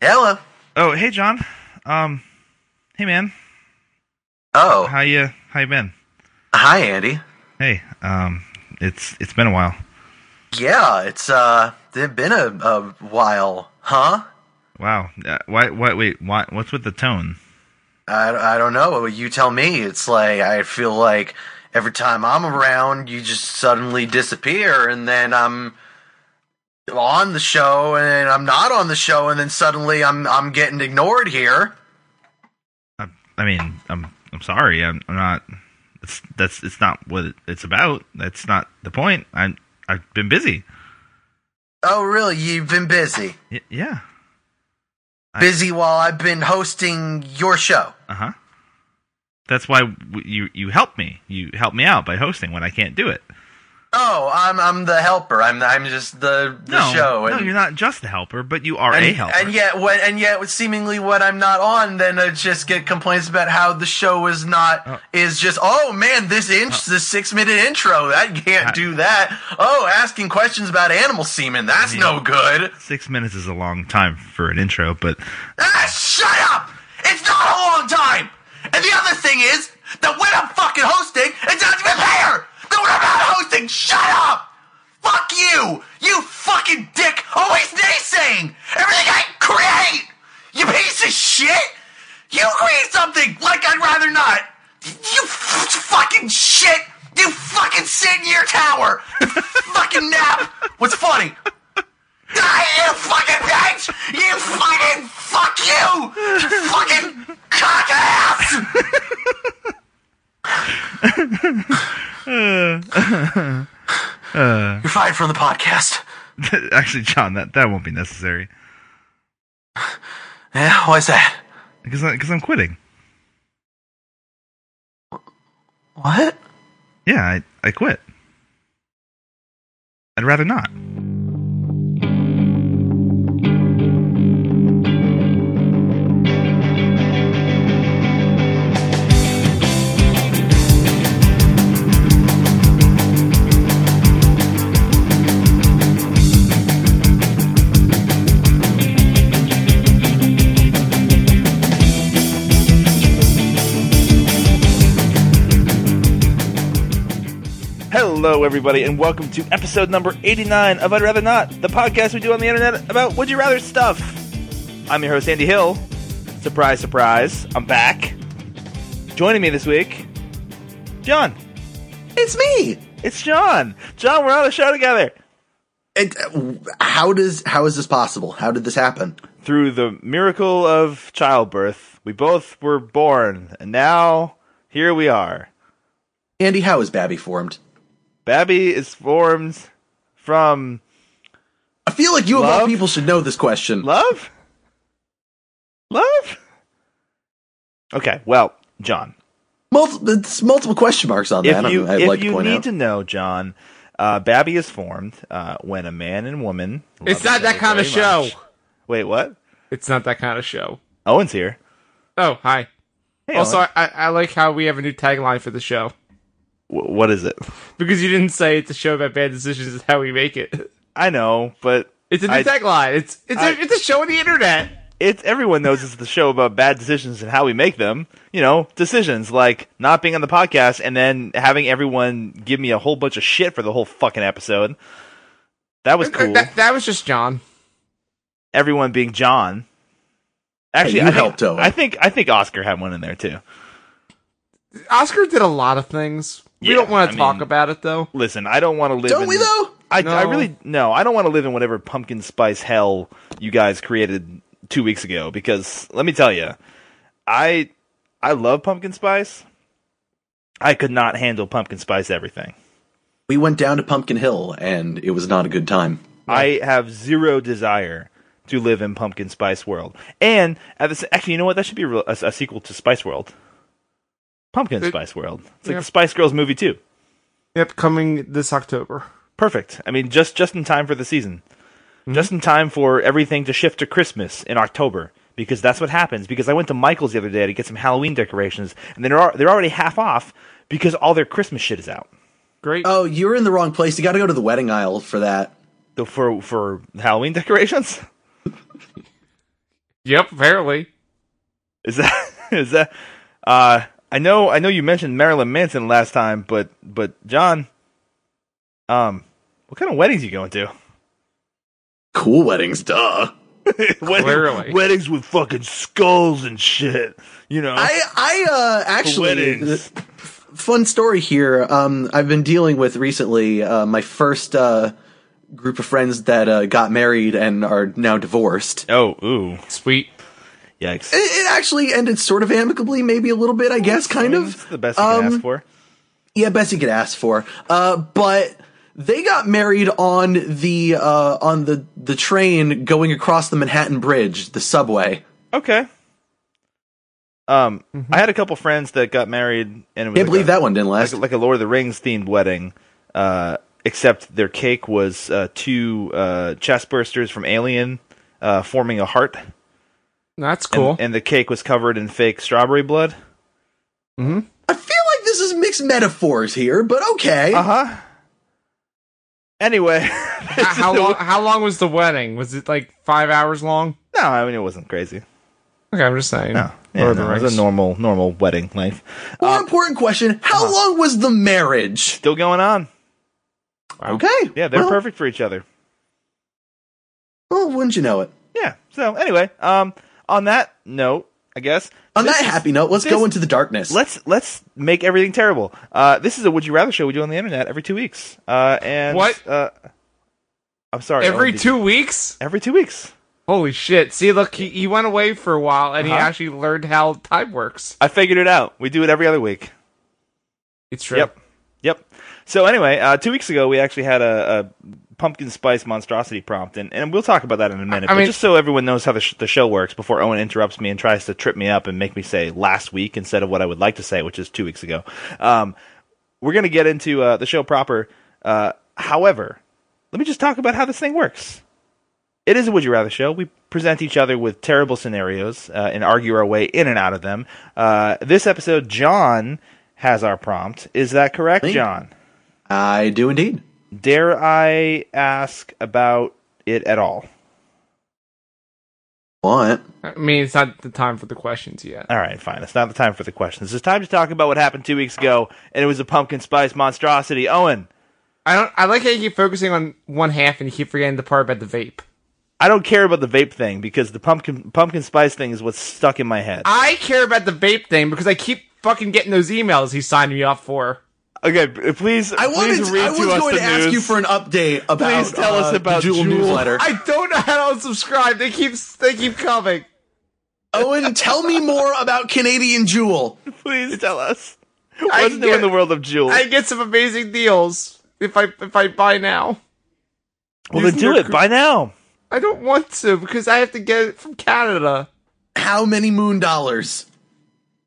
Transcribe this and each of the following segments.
Hello. Oh, hey John. Um, hey man. Oh, How you? How you been? hi, Andy. Hey. Um, it's it's been a while. Yeah, it's uh, it's been a, a while, huh? Wow. Uh, why? Why? Wait. Why? What's with the tone? I, I don't know. You tell me. It's like I feel like every time I'm around, you just suddenly disappear, and then I'm on the show, and then I'm not on the show, and then suddenly I'm I'm getting ignored here. I, I mean, I'm I'm sorry. I'm, I'm not. It's that's it's not what it's about. That's not the point. I'm I've been busy. Oh, really? You've been busy. Y- yeah. I- Busy while I've been hosting your show. Uh huh. That's why w- you you help me. You help me out by hosting when I can't do it. Oh, I'm I'm the helper. I'm I'm just the, the no, show. no, you're not just a helper, but you are and, a helper. and yet, when and yet, seemingly when I'm not on, then I just get complaints about how the show is not Oh. is just. Oh man, this inch, this six minute intro, that can't I- do that. Oh, asking questions about animal semen, that's no good. Six minutes is a long time for an intro, but Ah, shut up! It's not a long time. And the other thing is that when I'm fucking hosting, it doesn't even matter. That when I'm not hosting, shut up. Fuck you, you fucking dick. Always naysaying everything I create. You piece of shit. You create something like I'd rather not. You f- fucking shit. You fucking sit in your tower. fucking nap. What's funny? Die, you fucking bitch! You fucking fuck you! You fucking cock ass! You're fired from the podcast. actually, John, that, that won't be necessary Yeah, why's that? because because I'm quitting. What? Yeah, I I quit. I'd rather not. Hello, everybody, and welcome to episode number 89 of I'd Rather Not, the podcast we do on the internet about would you rather stuff. I'm your host, Andy Hill. Surprise, surprise, I'm back. Joining me this week, John. It's me! It's John. John, we're on a show together. And uh, w- how does how is this possible? How did this happen? Through the miracle of childbirth, we both were born, and now here we are. Andy, how is Babby formed? Babby is formed from I feel like you of all Love? people should know this question. Love? Love? Okay, well, John, Multiple, it's multiple question marks on that. if you, I'm- I'd if like you to point need out. to know, John, uh, Babby is formed uh, when a man and woman. love It's each not that other kind of very show. much- Wait, what? It's not that kind of show. Owen's here. Oh, hi. Hey, also, Owen. I, I like how we have a new tagline for the show. W- what is it? Because you didn't say it's a show about bad decisions is how we make it. I know, but It's a new I- tagline. It's it's, a I- it's a show on the internet. it's everyone knows it's the show about bad decisions and how we make them. You know, decisions like not being on the podcast and then having everyone give me a whole bunch of shit for the whole fucking episode. That was cool. That, that was just John. everyone being John. you Actually, I think, helped, Owen. I think I think Oscar had one in there too. Oscar did a lot of things. We Yeah, don't want I to talk mean- about it though. Listen, I don't want to live. Don't in, we though? I, I No. really no. I don't want to live in whatever pumpkin spice hell you guys created two weeks ago. Because let me tell you, I I love pumpkin spice. I could not handle pumpkin spice everything. We went down to Pumpkin Hill, and it was not a good time. I have zero desire to live in pumpkin spice world. And at the, s- actually, you know what? That should be a, real- a, a sequel to Spice World. Pumpkin It- Spice World. It's like yeah. the Spice Girls movie too. Yep, coming this October. Perfect. I mean, just just in time for the season, just in time for everything to shift to Christmas in October because that's what happens. Because I went to Michael's the other day to get some Halloween decorations, and they're al- they're already half off because all their Christmas shit is out. Great. Oh, you're in the wrong place. You got to go to the wedding aisle for that. So for for Halloween decorations, Yep, apparently. Is that is that? Uh, I know I know you mentioned Marilyn Manson last time, but but John, um, what kind of weddings you going to? Cool weddings, duh. Wedding- Clearly. weddings with fucking skulls and shit. You know, I I uh, actually weddings. th- fun story here. Um, I've been dealing with recently uh, my first uh, group of friends that uh, got married and are now divorced. oh ooh, Sweet. yikes! It, it actually ended sort of amicably, maybe a little bit, I guess, kind That's of. the best you can Um, ask for. Yeah, best you could ask for. Uh, but they got married on the uh, on the the train going across the Manhattan Bridge, the subway. Okay. Um, Mm-hmm. I had a couple friends that got married, and it was Can't like believe a- that one didn't last. like, like a Lord of the Rings themed wedding, uh, except their cake was uh, two uh, chestbursters from Alien uh, forming a heart, and, That's cool. and the cake was covered in fake strawberry blood. I feel like this is mixed metaphors here, but okay. Uh huh. Anyway, H- Uh-huh. how, long, how long was the wedding? Was it like five hours long? no, I mean it wasn't crazy. Okay, I'm just saying. No, Oh, Yeah, Lord of the no, it was Rings. a normal, normal wedding life. More important question: How uh-huh. long was the marriage? Still going on. Wow. Okay. Yeah, they're well, perfect for each other. Well, wouldn't you know it? Yeah. So anyway, um, on that note, I guess On this that is- happy note, let's this- go into the darkness. let's let's make everything terrible. Uh, this is a would you rather show we do on the internet every two weeks. Uh, and What? Uh, I'm sorry. Every Ellen, did- two weeks? every two weeks. Holy shit. See, look, he, he went away for a while and he Uh-huh. actually learned how time works. I figured it out. We do it every other week. It's true. Yep. Yep. So anyway, uh, two weeks ago we actually had a, a pumpkin spice monstrosity prompt, and, and we'll talk about that in a minute. I but mean- just so everyone knows how the, sh- the show works, before Owen interrupts me and tries to trip me up and make me say last week instead of what I would like to say, which is two weeks ago. Um, we're gonna get into uh, the show proper. Uh, however, let me just talk about how this thing works. It is a Would You Rather show. We present each other with terrible scenarios uh, and argue our way in and out of them. Uh, this episode, John has our prompt. Is that correct, Me? John? I do indeed. Dare I ask about it at all? What? I mean, it's not the time for the questions yet. All right, fine. It's not the time for the questions. It's time to talk about what happened two weeks ago, and it was a pumpkin spice monstrosity. Owen, I don't. I like how you keep focusing on one half and you keep forgetting the part about the vape. I don't care about the vape thing because the pumpkin pumpkin spice thing is what's stuck in my head. I care about the vape thing because I keep fucking getting those emails he signed me up for. Okay, p- please. I wanted. please read I was to us going the to ask news. you for an update about. Please tell uh, us the about Jewel, Juul. newsletter. I don't know how to unsubscribe. They keep they keep coming. Owen, tell me more about Canadian Jewel. Please tell us. I What's new get- in the world of Jewel? I get some amazing deals if I if I buy now. well, then Isn't do there it by now. I don't want to because I have to get it from Canada. How many moon dollars?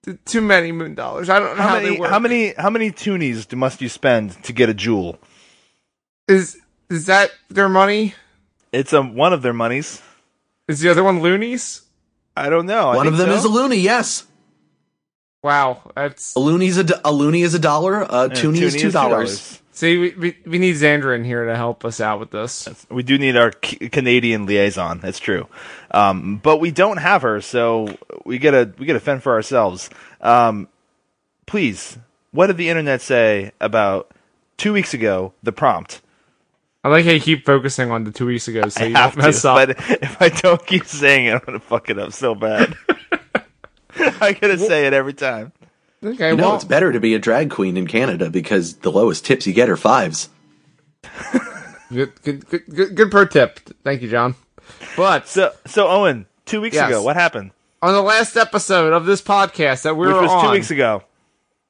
T- Too many moon dollars. I don't know how, How they many? work. How many? How many toonies do- must you spend to get a Jewel? is is that their money? It's um one of their monies. Is the other one loonies? I don't know. I One of think them so. is a loony. Yes, Wow, that's a loony's a, do- a loony is a dollar. A Yeah, toonie is two dollars. see we, we we need Xander in here to help us out with this. We do need our C- Canadian liaison. That's true, um, but we don't have her, so we gotta we gotta fend for ourselves. Um, please, what did the internet say about two weeks ago? The prompt. I like how you keep focusing on the two weeks ago, so you have don't mess to, up. but if I don't keep saying it, I'm gonna fuck it up so bad. I gotta say it every time. okay, You know, well, it's better to be a drag queen in Canada because the lowest tips you get are fives. good, good, good, good, good pro tip. Thank you, John. But So, so Owen, two weeks Yes. ago, what happened? on the last episode of this podcast that we Which were was on, two weeks ago.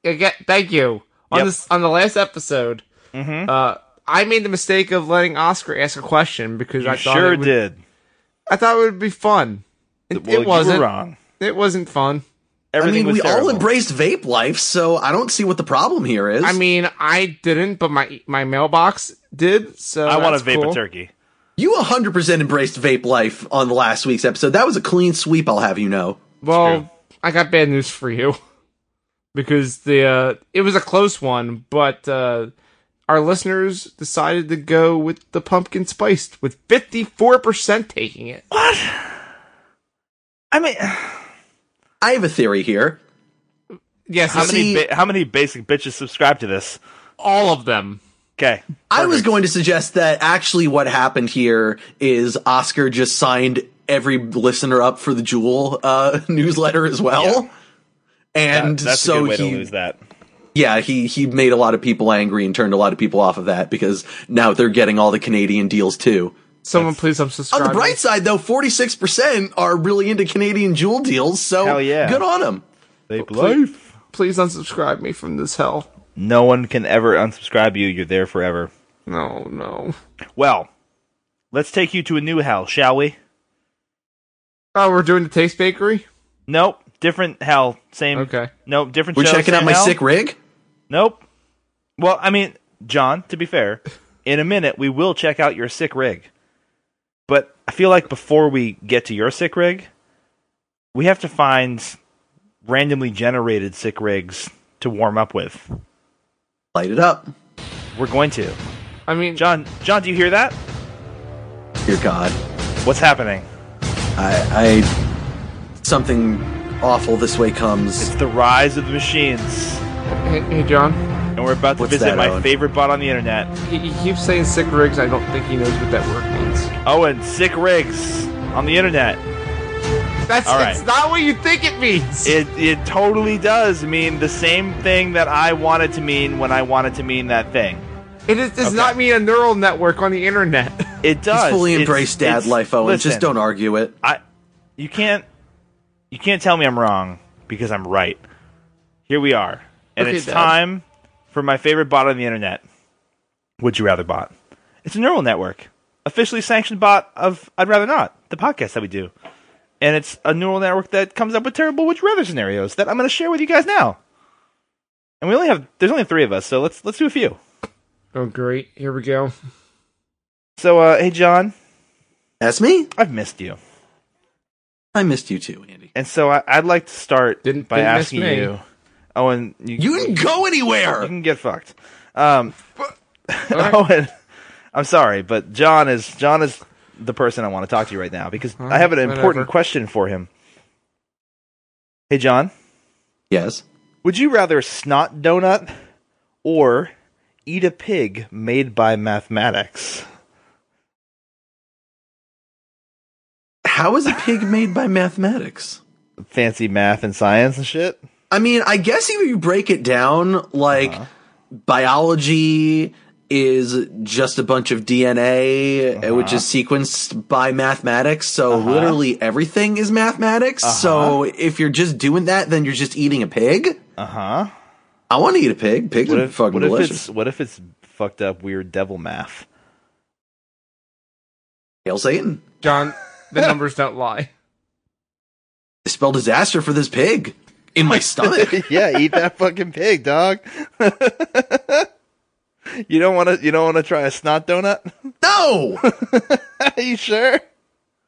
again, thank you. On Yep. Mm-hmm. this, on the last episode, uh, I made the mistake of letting Oscar ask a question because I You thought sure it would, did. I thought it would be fun. It, Well, it wasn't. You were wrong. It wasn't fun. I Everything mean, was we terrible. all embraced vape life, so I don't see what the problem here is. I mean, I didn't, but my my mailbox did. So I want to want vape cool. a turkey. You 100% embraced vape life on the last week's episode. That was a clean sweep, I'll have you know. Well, true. I got bad news for you because the uh, it was a close one, but uh, our listeners decided to go with the pumpkin spiced with fifty four percent taking it. What? I mean, I have a theory here. Yes, how it's many See- ba- how many basic bitches subscribe to this? all of them. Okay, I was going to suggest that actually what happened here is Oscar just signed every listener up for the Jewel uh, newsletter as well. And that's so a good way he, to lose that. yeah, he he made a lot of people angry and turned a lot of people off of that because now they're getting all the Canadian deals too. Someone please unsubscribe. On the me. bright side, though, forty six percent are really into Canadian Jewel deals, so Hell yeah. good on them. They life. please unsubscribe me from this hell. No one can ever unsubscribe you. You're there forever. No, no. Well, let's take you to a new hell, shall we? Oh, we're doing the Taste Bakery. Nope, different hell. Same. Okay. Nope, different. We're show, checking out same my hell. sick rig. Nope. Well, I mean, John, to be fair, in a minute we will check out your sick rig. But I feel like before we get to your sick rig, we have to find randomly generated sick rigs to warm up with. Light it up. We're going to. I mean, John, John, do you hear that? Dear God, What's happening? I, I something awful this way comes. It's the rise of the machines. hey, hey, John. And we're about to What's visit that, my Owen? favorite bot on the internet. He, he keeps saying sick rigs. I don't think he knows what that word means. Owen, sick rigs on the internet. That's All it's right. not what you think it means. It it totally does mean the same thing that I wanted to mean when I wanted to mean that thing. it is, does Okay. not mean a neural network on the internet. It does. Just fully It's- embrace dad it's- life, Owen. listen, Just don't argue it. I, you can't, you can't tell me I'm wrong because I'm right. Here we are, and Okay, it's Dad. time for my favorite bot on the internet. Would you rather bot? It's a neural network, officially sanctioned bot of I'd rather not the podcast that we do, and it's a neural network that comes up with terrible would you rather scenarios that I'm going to share with you guys now. And we only have there's only three of us, so let's let's do a few. oh, great. Here we go. So, uh, hey John, That's me. I've missed you. I missed you too, Andy. And so I, I'd like to start Didn't- by didn't miss asking me. you, Owen. You, You didn't go you anywhere. can get fucked. Um, right. Owen, I'm sorry, but John is John is the person I want to talk to you right now because I have an whatever. important question for him. Hey, John, Yes. would you rather snot donut or eat a pig made by mathematics? How is a pig made by mathematics? Fancy math and science and shit. I mean, I guess if you break it down, like Uh-huh. biology is just a bunch of DNA, uh, Uh-huh. which is sequenced by mathematics. So literally everything is mathematics. Uh-huh. So if you're just doing that, then you're just eating a pig. Uh huh. I want to eat a pig. Pigs What are if, fucking what if delicious. it's what if it's fucked up weird devil math? Hail Satan. John, the numbers don't lie. I spell disaster for this pig in my stomach. yeah, eat that fucking pig, dog. you don't want to. You don't want to try a snot donut. no. Are you sure?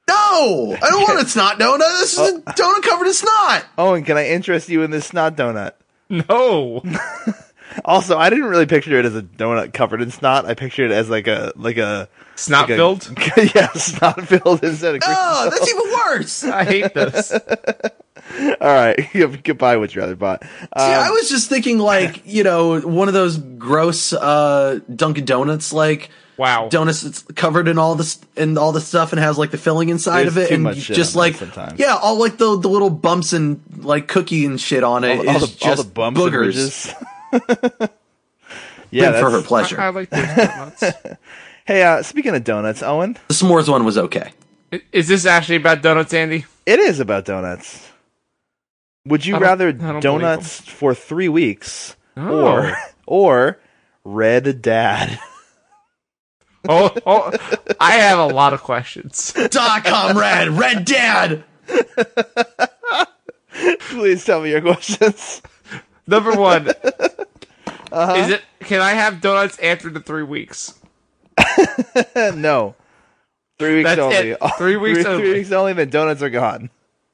No, I don't want a snot donut. This is a Oh. donut covered in snot. Owen, can I interest you in this snot donut? No. Also, I didn't really picture it as a donut covered in snot. I pictured it as like a like a It's like not a- filled. yeah, snot filled instead of. green. Oh, that's even worse. Uh, See, I hate this. All right, goodbye. Would you rather Uh, bought? I was just thinking, like, you know, one of those gross uh, Dunkin' Donuts, like Wow. donuts that's covered in all this and all the stuff and has like the filling inside There's of it, too and much you shit just on there like, sometimes. yeah, all like the, the little bumps and like cookie and shit on it. is all, the, all the just bumps and boogers ridges. Been yeah, for that's- her I, pleasure. I like those donuts. Hey, uh, speaking of donuts, Owen, the s'mores one was okay. I- Is this actually about donuts, Andy? It is about donuts. Would you I don't- rather I don't donuts for three weeks Oh. or or red dad? Oh, oh, I have a lot of questions. Doc Comrade, Red Dad. Please tell me your questions. Number one, Uh-huh. is it? Can I have donuts after the three weeks? no. Three weeks That's only. it. Three weeks three, only. weeks only, then donuts are gone.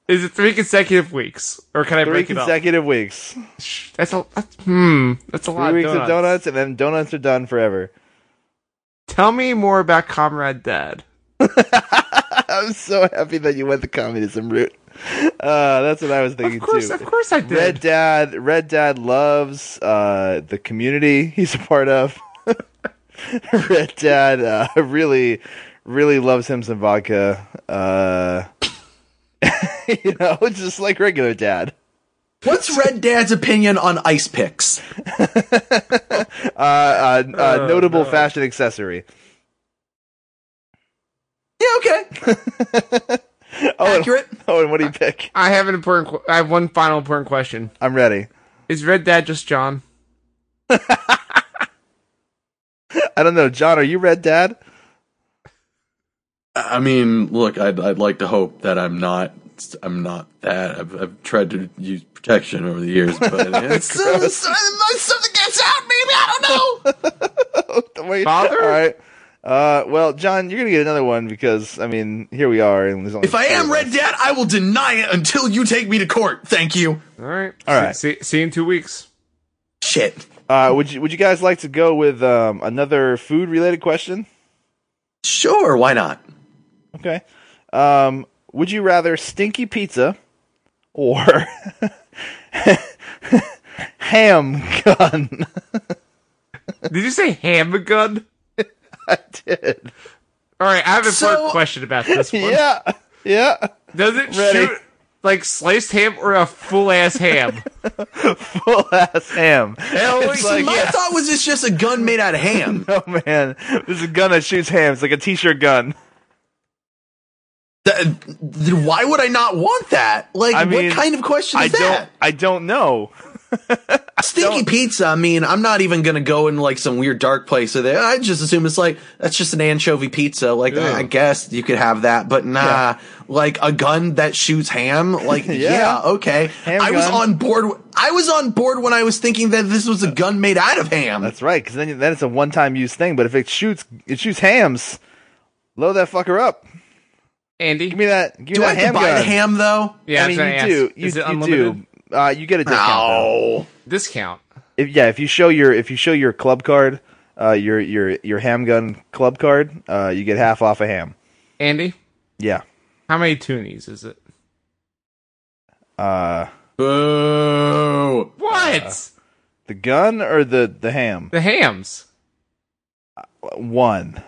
Is it three consecutive weeks, or can I Three break it up? consecutive weeks. Three That's a that's, hmm. That's a lot. weeks of donuts. of donuts and then donuts are done forever. Tell me more about Comrade Dad. I'm so happy that you went the communism route. Uh, that's what I was thinking Of course, too. of course I did. Red Dad, Red Dad loves uh, the community he's a part of. Red Dad uh, really, really loves him some vodka. Uh, you know, just like regular dad. What's Red Dad's opinion on ice picks? Uh, uh, Oh, notable fashion accessory. Yeah, okay. Owen, Accurate. Oh, Owen, what do you pick? I have an important. Qu- I have one final important question. I'm ready. Is Red Dad just John? I don't know, John. Are you Red Dad? I mean, look, I'd, I'd like to hope that I'm not. I'm not that. I've, I've tried to use protection over the years, but it's, uh, something gets out, maybe. I don't know. Wait, Father? All right. Uh, well, John, you're gonna get another one because I mean, here we are, and there's only if I four am of Red us. Dad, I will deny it until you take me to court. Thank you. All right. All right. See, see, see you in two weeks. Shit. Uh, would you Would you guys like to go with um, another food related question? Sure, why not? Okay. Um, would you rather stinky pizza or ham gun? Did you say ham gun? I did. All right. I have an So- important question about this one. Yeah. Yeah. Does it Ready. shoot like sliced ham or a full ass ham? Full ass ham. Hell It's like- My thought was it's just a gun made out of ham. Oh man, this is a gun that shoots ham. It's like a t-shirt gun. Th- th- why would I not want that? Like, I mean, what kind of question I is that? don't. I don't know. Stinky pizza. I mean, I'm not even gonna go in like some weird dark place with it. I just assume it's like that's just an anchovy pizza. Like, I I guess you could have that, but nah. Like a gun that shoots ham. Like, yeah, okay. Ham I was gun. Uh, on board. w- I was on board when I was thinking that this was a gun made out of ham. That's right, because then you- then it's a one-time use thing. But if it shoots, it shoots hams. Load that fucker up. Andy. Give me that. Give me Do I that have to ham buy the gun. ham though? yeah, I I mean, was you gonna ask, do. You, Is it you unlimited? do. Uh, you get a discount though. No. Discount. If, yeah, if you show your if you show your club card, uh, your your your ham gun club card, uh, you get half off a ham. Andy, Yeah. how many toonies is it? Uh, Boo. What? the gun or the the ham? Uh, the hams. One.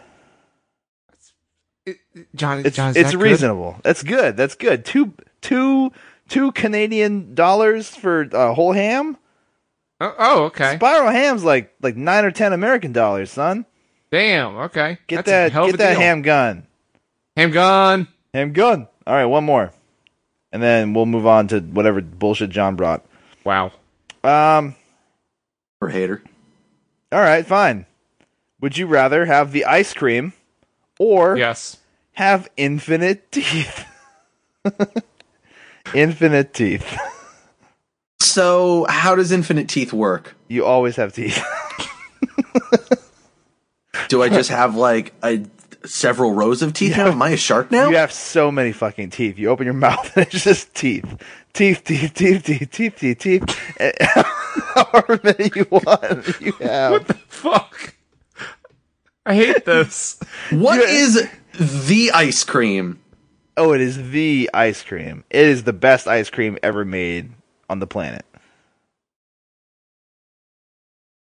It, it- John, It's John, is it's that good? reasonable. That's good. That's good. Two two two Canadian dollars for a whole ham. Oh, oh, okay. Spiral ham's like like nine or ten American dollars, son. Damn. Okay. Get That's a hell that of get a that deal. ham gun. Ham gun. Ham gun. All right, one more, and then we'll move on to whatever bullshit John brought. Wow. Um. Or hater. All right, fine. Would you rather have the ice cream or Yes. have infinite teeth? infinite teeth. So, how does infinite teeth work? You always have teeth. Do I just have like a several rows of teeth now? Am I a shark now? You have so many fucking teeth. You open your mouth and it's just teeth. Teeth, teeth, teeth, teeth, teeth, teeth, teeth. However many you want, you have. Fuck. I hate this. What is the ice cream? Oh, it is the ice cream. It is the best ice cream ever made on the planet.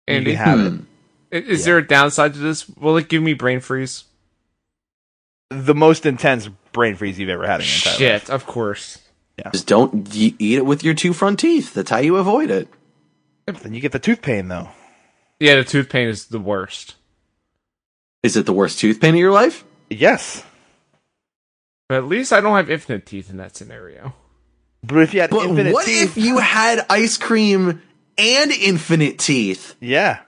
You Andy, can have it. i- is there a downside to this? Will it give me brain freeze? Hmm. The most intense brain freeze you've ever had in your entire life. Shit. Of course. Just don't y- eat it with your two front teeth. That's how you avoid it. Then you get the tooth pain though. Yeah, the tooth pain is the worst. Is it the worst tooth pain of your life? Yes. But at least I don't have infinite teeth in that scenario. But if you had But infinite what teeth, if you had ice cream and infinite teeth? yeah.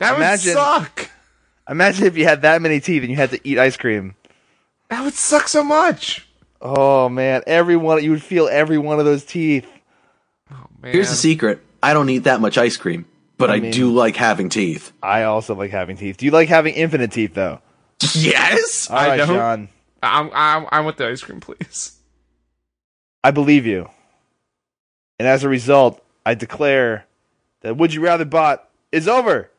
That Imagine- would suck. Imagine if you had that many teeth and you had to eat ice cream. That would suck so much. Oh man, every one you would feel every one of those teeth. Oh, man. Here's the secret I don't eat that much ice cream, but I, mean- do like having teeth. I also like having teeth. Do you like having infinite teeth though? Yes? All right, don't. John. I'm, I'm, I'm with the ice cream, please. I believe you. And as a result, I declare that Would You Rather Bot is over.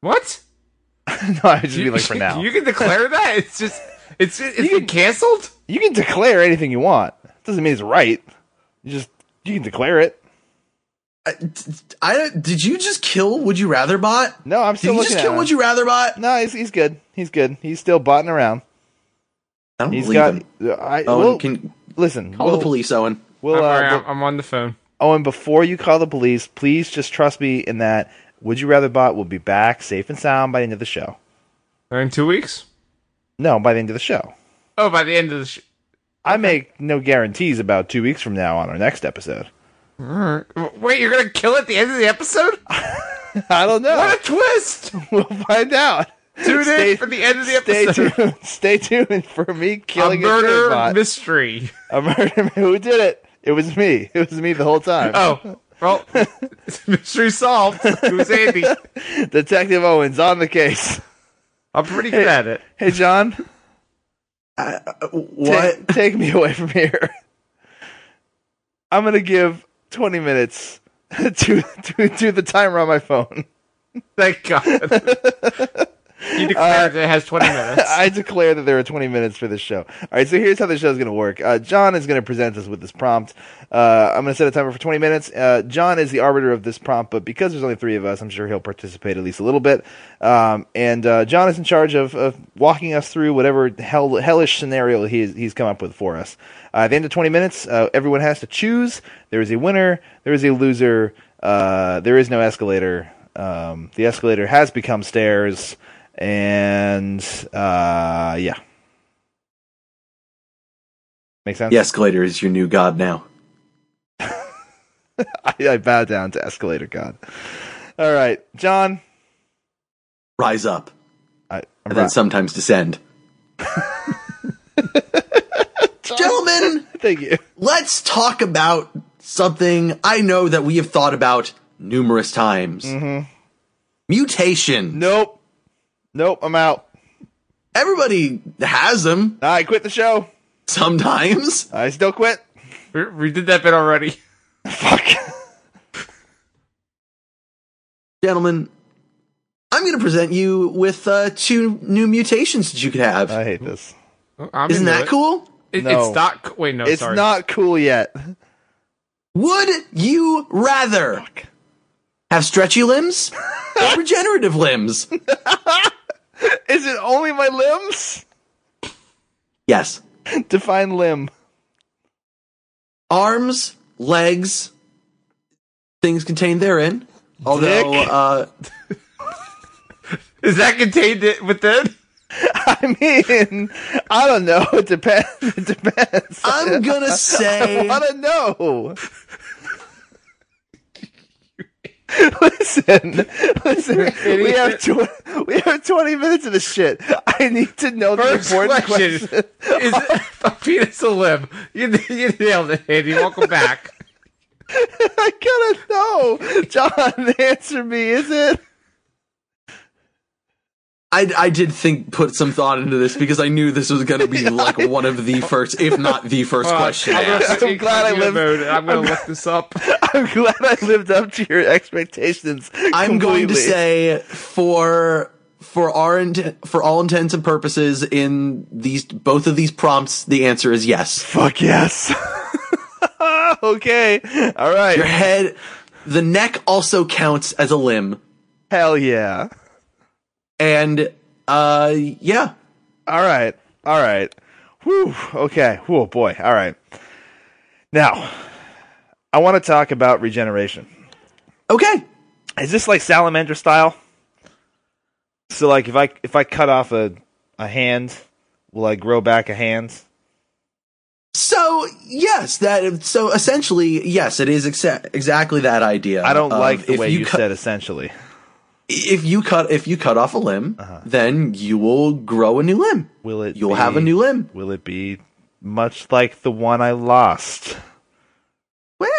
What? no, I would just be like for now. You can declare that. It's just It's it's been canceled. You can declare anything you want. Doesn't mean it's right. You just you can declare it. I don't- did you just kill Would You Rather Bot? No, I'm Did still you looking just at kill him. Would You Rather Bot? No, he's he's good. He's good. He's still botting around. I don't He's believe got. him. I, Owen, we'll- can listen. call we'll, the police, Owen. We'll, I'm, uh, alright, we'll- I'm on the phone. Owen, before you call the police, please just trust me in that. Would you rather bot will be back safe and sound by the end of the show? In two weeks. No, by the end of the show. Oh, by the end of the. Sh- I make no guarantees about two weeks from now on our next episode. Wait, you're gonna kill at the end of the episode? I don't know. What a twist! We'll find out. Tune Stay- in for the end of the Stay episode. tuned. Stay tuned for me A killing a, murder. murder mystery. a murder. Who did it? It was me. It was me the whole time. Oh, well, mystery solved. It was Andy. Detective Owens on the case. I'm pretty good at it. Hey, John. Uh, What? Take, take me away from here. I'm gonna give 20 minutes to to, to the timer on my phone. Thank God. you declared Uh, that it has 20 minutes. I declare that there are 20 minutes for this show. All right, so here's how the show's going to work. Uh, John is going to present us with this prompt. Uh, I'm going to set a timer for 20 minutes. Uh, John is the arbiter of this prompt, but because there's only three of us, I'm sure he'll participate at least a little bit. Um, and uh, John is in charge of, of walking us through whatever hell, hellish scenario he's, he's come up with for us. Uh, at the end of 20 minutes, uh, everyone has to choose. There is a winner, there is a loser, uh, there is no escalator. Um, the escalator has become stairs and uh yeah make sense The escalator is your new god now. I, I bow down to escalator god all right john Rise up I, I'm and then right. sometimes descend. Gentlemen, thank you let's talk about something I know that we have thought about numerous times. Mutation. nope nope i'm out Everybody has them i quit the show sometimes. i still quit We, we did that bit already. fuck Gentlemen, I'm going to present you with uh, two new mutations that you could have. i hate this I'm Isn't into that it. cool? It- No. It's not. co- Wait, no, it's sorry. not cool yet Would you rather have stretchy limbs or regenerative limbs? is it only my limbs Yes. define limb Arms, legs, things contained therein. Although, Dick. uh, Is that contained it within? i mean i don't know it depends it depends I'm gonna say I don't know. listen, listen. We have tw- we have twenty minutes of this shit. I need to know First the important question. question. Is it a penis a limb? You, you nailed it, Andy. Welcome back. I gotta know, John. Answer me. Is it? I, I did think put some thought into this because I knew this was gonna be like one of the first, if not the first question. I'm gonna put I'm in glad I incognito lived- mode, and I'm going to look this up. I'm glad I lived up to your expectations. I'm going to completely. say for for our int- for all intents and purposes in these both of these prompts, the answer is yes. fuck yes. okay. All right. Your head, the neck also counts as a limb, Hell yeah. and uh, yeah, All right. All right. Whew. Okay. Whoa, boy. All right. Now, I want to talk about regeneration. okay, Is this like salamander style? So, like, if I if I cut off a a hand, will I grow back a hand? So yes, that so essentially yes, it is exa- exactly that idea. I don't of like Um, the if way you, cut, said essentially. if you cut if you cut off a limb, then you will grow a new limb. Uh-huh. Will it? You'll be- have a new limb. Will it be much like the one I lost? Well,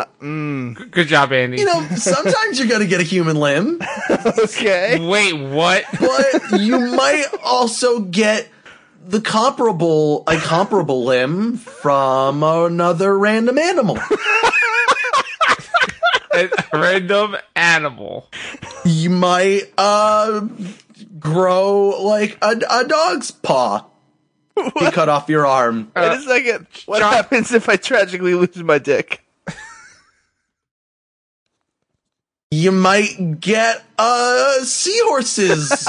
Uh, mm, Good job, Andy. you know, sometimes you're gonna get a human limb, okay. Wait, what? but you might also get the comparable a comparable limb from another random animal. A random animal. You might uh grow like a, a dog's paw. He cut off your arm. Wait a second. What John- happens if I tragically lose my dick? You might get a seahorse's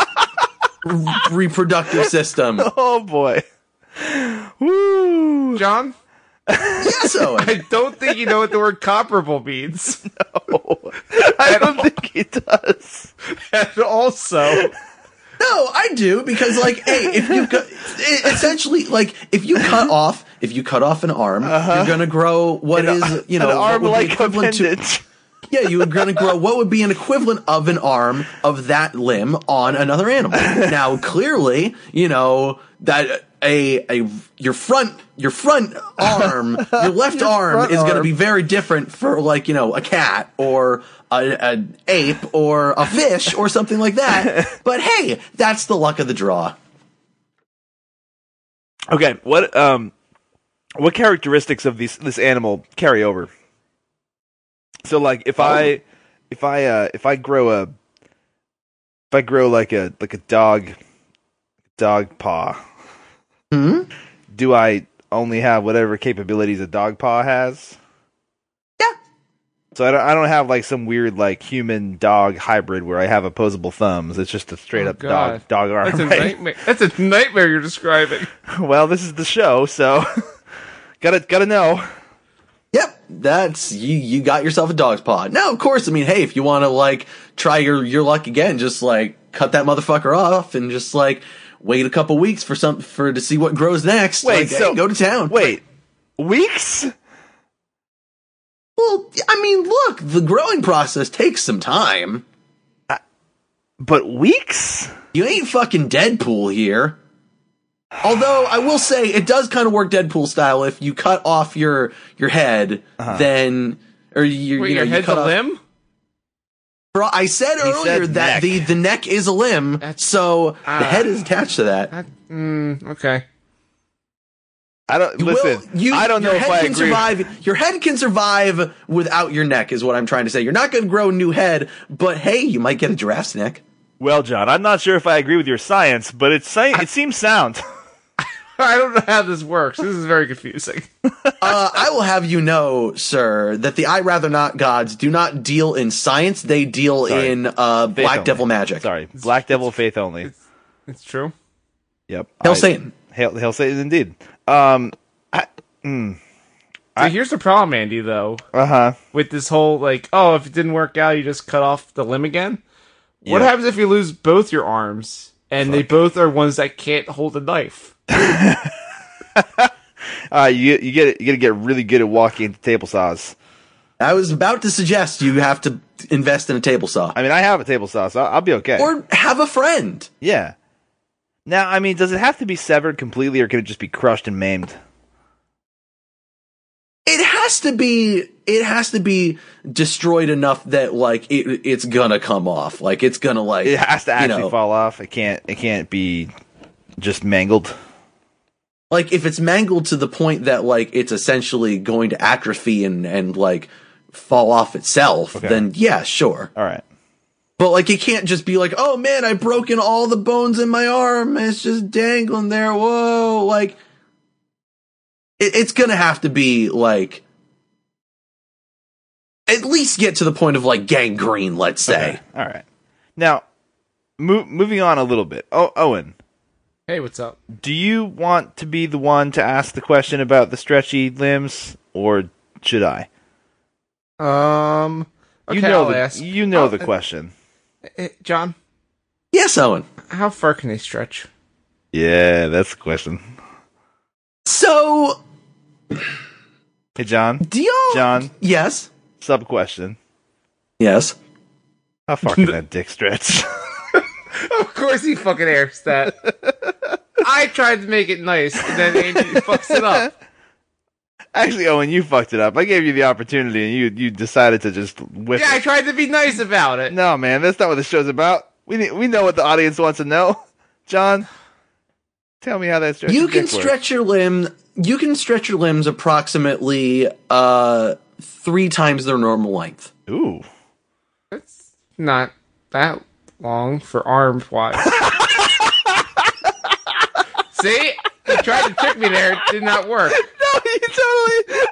r- reproductive system. Oh boy. Woo. John, Yes, Owen. I don't think you know what the word comparable means. I don't think he does. And also, No, I do because, like, hey, if you cut, e- essentially, like, if you cut off, if you cut off an arm, you're gonna grow what is, you know, Uh-huh. An what would be arm-like equivalent to- appendage. yeah, you were gonna grow what would be an equivalent of an arm of that limb on another animal. Now, clearly, you know that a a your front your front arm your left arm front is gonna arm. be very different for like you know a cat or a, an ape or a fish or something like that. But hey, that's the luck of the draw. Okay, what um, what characteristics of these this animal carry over? So like if I if I uh if I grow a if I grow like a like a dog dog paw, do I only have whatever capabilities a dog paw has? Yeah. So I don't I don't have like some weird like human dog hybrid where I have opposable thumbs. It's just a straight Oh, up dog God. dog arm. that's a right? nightmare. That's a nightmare you're describing. Well, this is the show, so gotta gotta know. Yep, that's you. You got yourself a dog's paw. Now, of course, I mean, hey, if you want to like try your your luck again, just like cut that motherfucker off and just like wait a couple weeks for some for to see what grows next. Like, hey, go to town. Wait, weeks? well, I mean, look, the growing process takes some time. But weeks? You ain't fucking Deadpool here. Although I will say it does kind of work Deadpool style. If you cut off your your head, then or you, Wait, you know your you head's cut a off- limb? Bro, I said earlier said that neck. the the neck is a limb, That's- so Ah. the head is attached to that. That, mm, okay. I don't listen. Will, you- I don't know your if head I can agree. survive. Your head can survive without your neck, is what I'm trying to say. You're not going to grow a new head, but hey, you might get a giraffe's neck. Well, John, I'm not sure if I agree with your science, but it's sci- it seems sound. I don't know how this works. This is very confusing. Uh, I will have you know, sir, that the I rather not gods do not deal in science; they deal Sorry. in uh, Faith black only. devil magic. Sorry, black devil faith only. It's true. Yep. Hail I- Satan. Hail, hail Satan, indeed. Um. So here's the problem, Andy, though, Uh huh. with this whole like, oh, if it didn't work out, you just cut off the limb again. What Yeah. happens if you lose both your arms and they both are ones that can't hold a knife? Uh, you you get you got to get really good at walking into table saws. I was about to suggest you have to invest in a table saw I mean, I have a table saw, so I'll, I'll be okay. or have a friend. Yeah. Now, I mean, does it have to be severed completely, or can it just be crushed and maimed? it has to be it has to be destroyed enough that like it it's gonna come off like it's gonna like It has to you actually know, fall off. It can't. It can't be just mangled. like if it's mangled to the point that like it's essentially going to atrophy and and like fall off itself then yeah sure All right. but like it can't just be like oh man i broken all the bones in my arm and it's just dangling there whoa like it, it's gonna have to be like at least get to the point of like gangrene let's say All right. Now, mo- moving on a little bit. Oh, Owen, Hey, what's up? do you want to be the one to ask the question about the stretchy limbs, or should I? Um, okay, you know I'll the ask. you know Oh, the uh, question. uh, John, Yes, Owen. how far can they stretch? Yeah, that's the question. So, Hey, John. do you John. Yes. Sub question. Yes. How far can that dick stretch? Of course, he fucking airs that. I tried to make it nice, and then Andy fucks it up. Actually, Owen, you fucked it up. I gave you the opportunity, and you you decided to just whip Yeah, I it. tried to be nice about it. No, man, that's not what the show's about. We ne- we know what the audience wants to know. John, tell me how that stretch. You your can dick works. stretch your limb. You can stretch your limbs approximately uh three times their normal length. Ooh, It's not that long for arms wise. See, you tried to trick me there. It did not work. No, you totally.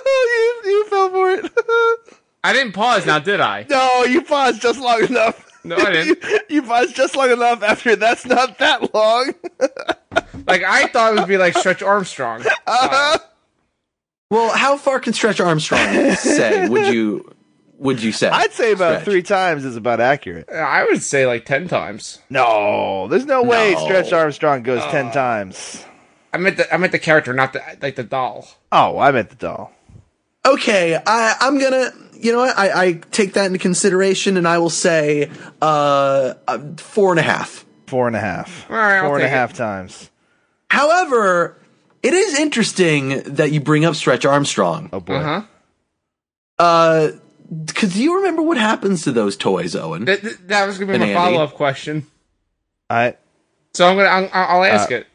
you, you fell for it. I didn't pause now, did I? no, you paused just long enough. No, I didn't. You, you paused just long enough after that's not that long. Like I thought it would be like Stretch Armstrong. Well, how far can Stretch Armstrong say? Would you would you say? I'd say about Stretch. three times is about accurate. I would say like ten times. No, there's no way No. Stretch Armstrong goes Uh. ten times. I meant the I meant the character, not the like the doll. Oh, I meant the doll. Okay, I, I'm gonna. You know what? I, I take that into consideration, and I will say uh, uh, four and a half. Four and a half. Four and a right, half I'll take it. times. However, it is interesting that you bring up Stretch Armstrong. Oh boy. Uh huh. Uh, cause do you remember what happens to those toys, Owen? That, that- that was gonna be And my Andy. follow up question. I So I'm gonna I'm, I'll I'll ask it.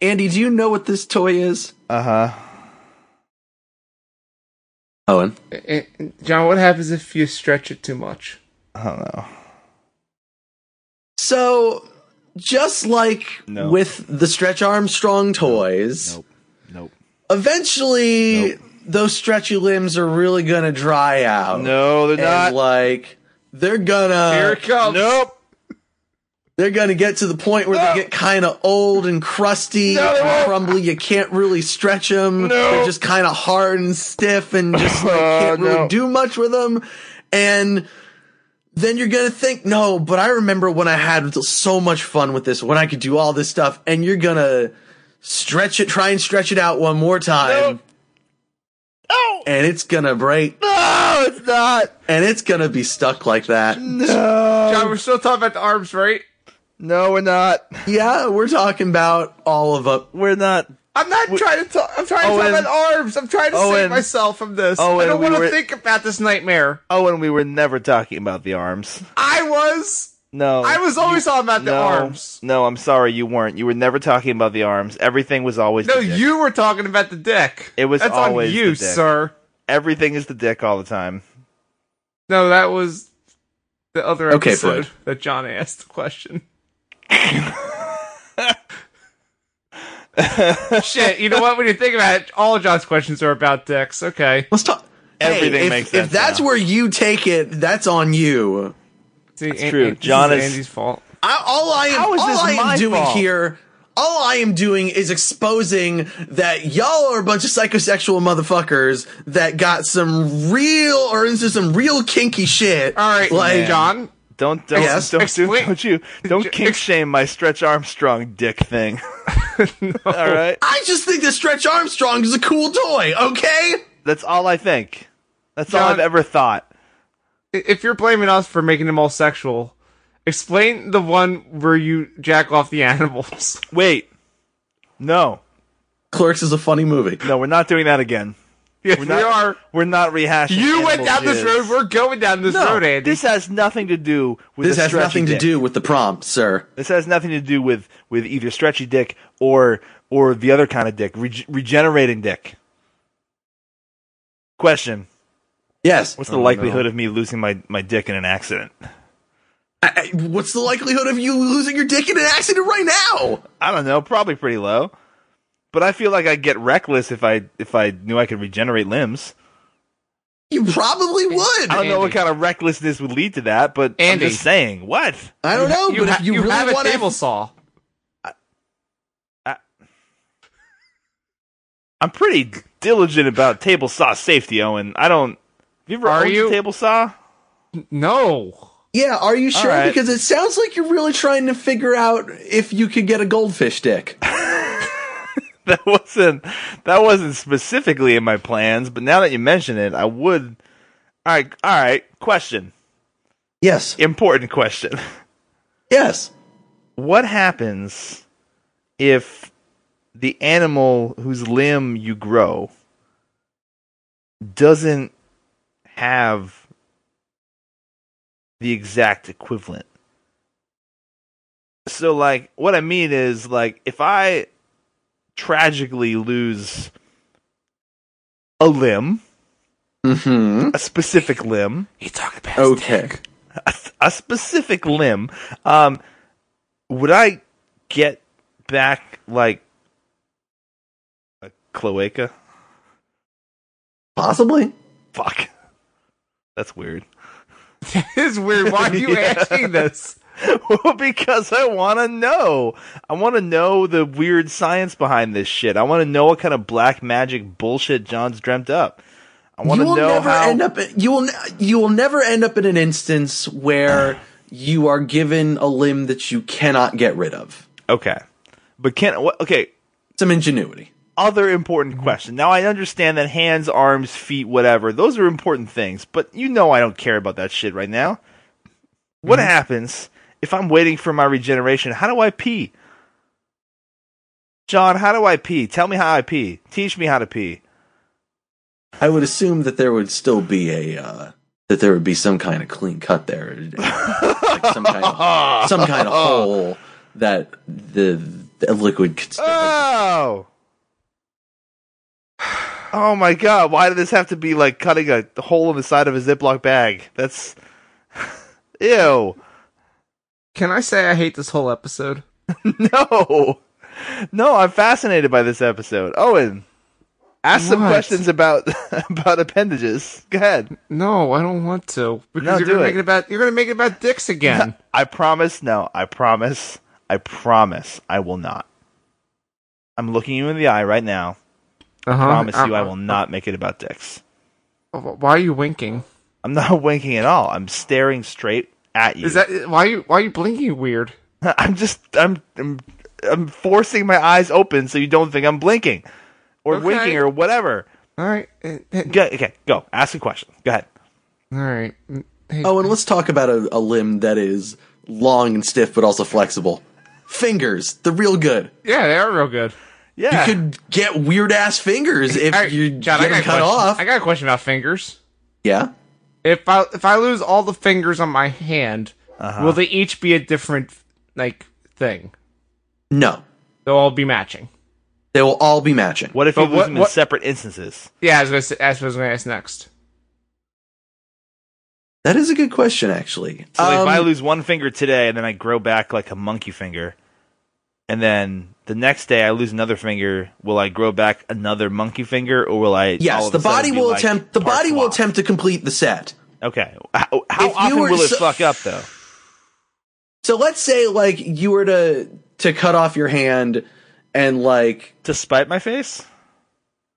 Andy, do you know what this toy is? uh huh. Owen, Eh, eh, John, what happens if you stretch it too much? I don't know. So, just like No. with the Stretch Armstrong toys, Nope. Nope. eventually Nope. those stretchy limbs are really gonna dry out. No, they're and not. like they're gonna Here it comes. nope. they're gonna get to the point where No. they get kind of old and crusty No, they and won't. crumbly. You can't really stretch them. No. They're just kind of hard and stiff and just like, can't Uh, really no. do much with them. And then you're gonna think, no, but I remember when I had so much fun with this, when I could do all this stuff, and you're gonna stretch it, try and stretch it out one more time, No. and it's gonna break, No, it's not. and it's gonna be stuck like that. No. John, we're still talking about the arms, right? No, we're not. Yeah, we're talking about all of them. We're not. I'm not trying to talk. I'm trying Owen- to talk about arms. I'm trying to Owen- save myself from this. I Owen, don't we want to were- think about this nightmare. Oh, and we were never talking about the arms. I was. No. I was always talking about the Oh, no, arms. No, I'm sorry, you weren't. You were never talking about the arms. Everything was always No, the dick. you were talking about the dick. It was that's always on you, the dick. sir. Everything is the dick all the time. No, that was the other Okay, episode Floyd. that John asked the question. Shit, you know what? When you think about it, all John's questions are about dicks. Okay. Let's talk. Everything if, makes If sense that's now. where you take it, that's on you. See, An- true. An- this John is- Andy's fault. I, all I am, How is all this I am my doing fault? here, all I am doing is exposing that y'all are a bunch of psychosexual motherfuckers that got some real or into some real kinky shit. All right, like John. Don't don't Yes. don't Explain- do, don't you don't Ex- kink shame my Stretch Armstrong dick thing. All right, I just think that Stretch Armstrong is a cool toy. Okay, that's all I think. That's all John- I've ever thought. i- if you're blaming us for making them all sexual, explain the one where you jack off the animals. Wait, no, Clerks is a funny movie. no, we're not doing that again. Yes, We're we not, are. We're not rehashing. You went animal down this jizz. road. We're going down this No, road, Andy. this has nothing to do with This a has stretchy nothing to dick. do with the prompt, sir. This has nothing to do with with either stretchy dick or or the other kind of dick, reg- regenerating dick. Question: Yes. What's the likelihood of me losing my my dick in an accident? I- I- what's the likelihood of you losing your dick in an accident right now? I don't know, probably pretty low. But I feel like I'd get reckless if I if I knew I could regenerate limbs. You probably would. I don't know what Andy. kind of recklessness would lead to that, but Andy. I'm just saying. What? I don't know, you but ha- if you, you have really want a table to, saw. I'm pretty diligent about table saw safety, Owen. I don't. Have you ever Are owned you? a table saw? No. yeah, are you sure? right. Because it sounds like you're really trying to figure out if you could get a goldfish dick. That wasn't that wasn't specifically in my plans, but now that you mention it, I would. All right, all right. Question. Yes, Important question. yes. what happens if the animal whose limb you grow doesn't have the exact equivalent so like what i mean is like if i tragically lose a limb Mm-hmm. a specific limb You talking about Okay. a, a specific limb, um, would I get back like a cloaca? Possibly. Fuck. That's weird. That is weird. Why are you Yeah. asking this? well, because I want to know. I want to know the weird science behind this shit. I want to know what kind of black magic bullshit John's dreamt up. I want You to will know never how. end up. You will. ne- You will never end up in an instance where you are given a limb that you cannot get rid of. okay, but can what? Okay, Some ingenuity. other important question. Now I understand that hands, arms, feet, whatever, those are important things, but you know I don't care about that shit right now. What happens if I'm waiting for my regeneration? How do I pee? John, how do I pee? Tell me how I pee. Teach me how to pee. I would assume that there would still be a uh, that there would be some kind of clean cut there, like some kind of some kind of hole that the, the liquid could. Still Oh. Oh my god, why did this have to be like cutting a hole in the side of a Ziploc bag? That's ew. Can I say I hate this whole episode? No. No, I'm fascinated by this episode. Owen, ask some What? questions about about appendages. Go ahead. No, I don't want to. Because No, you're do gonna it. make it about you're gonna make it about dicks again. I promise. No, I promise. I promise I will not. I'm looking you in the eye right now. Uh-huh. Promise you I Uh, will not make it about dicks. uh, Why are you winking? I'm not winking at all. I'm staring straight at you. Is that why are you why are you blinking weird? I'm just I'm I'm, I'm forcing my eyes open so you don't think I'm blinking or Okay. winking or whatever. All right. eh, eh, Go, okay, go. Ask a question. Go ahead. All right. Mm, Hey, Oh, and let's talk about a, a limb that is long and stiff, but also flexible. Fingers, the real good. yeah, they are real good. Yeah. You could get weird ass fingers if All right, you John, I get got a them cut question. off. I got a question about fingers. yeah, If I if I lose all the fingers on my hand, Uh-huh. will they each be a different like thing? no, They'll all be matching. they will all be matching. What if you But lose what- them in what- separate instances? Yeah, I was gonna say, that's what I was gonna ask next. That is a good question, actually. So like, if I Um, lose one finger today and then I grow back like a monkey finger, and then the next day I lose another finger, will I grow back another monkey finger, or will I? all yes, of the a sudden body be, will like, attempt. The part body will swap? attempt to complete the set. Okay, how, how If you often were will it so- fuck up though? So let's say like you were to to cut off your hand, and like To spite my face?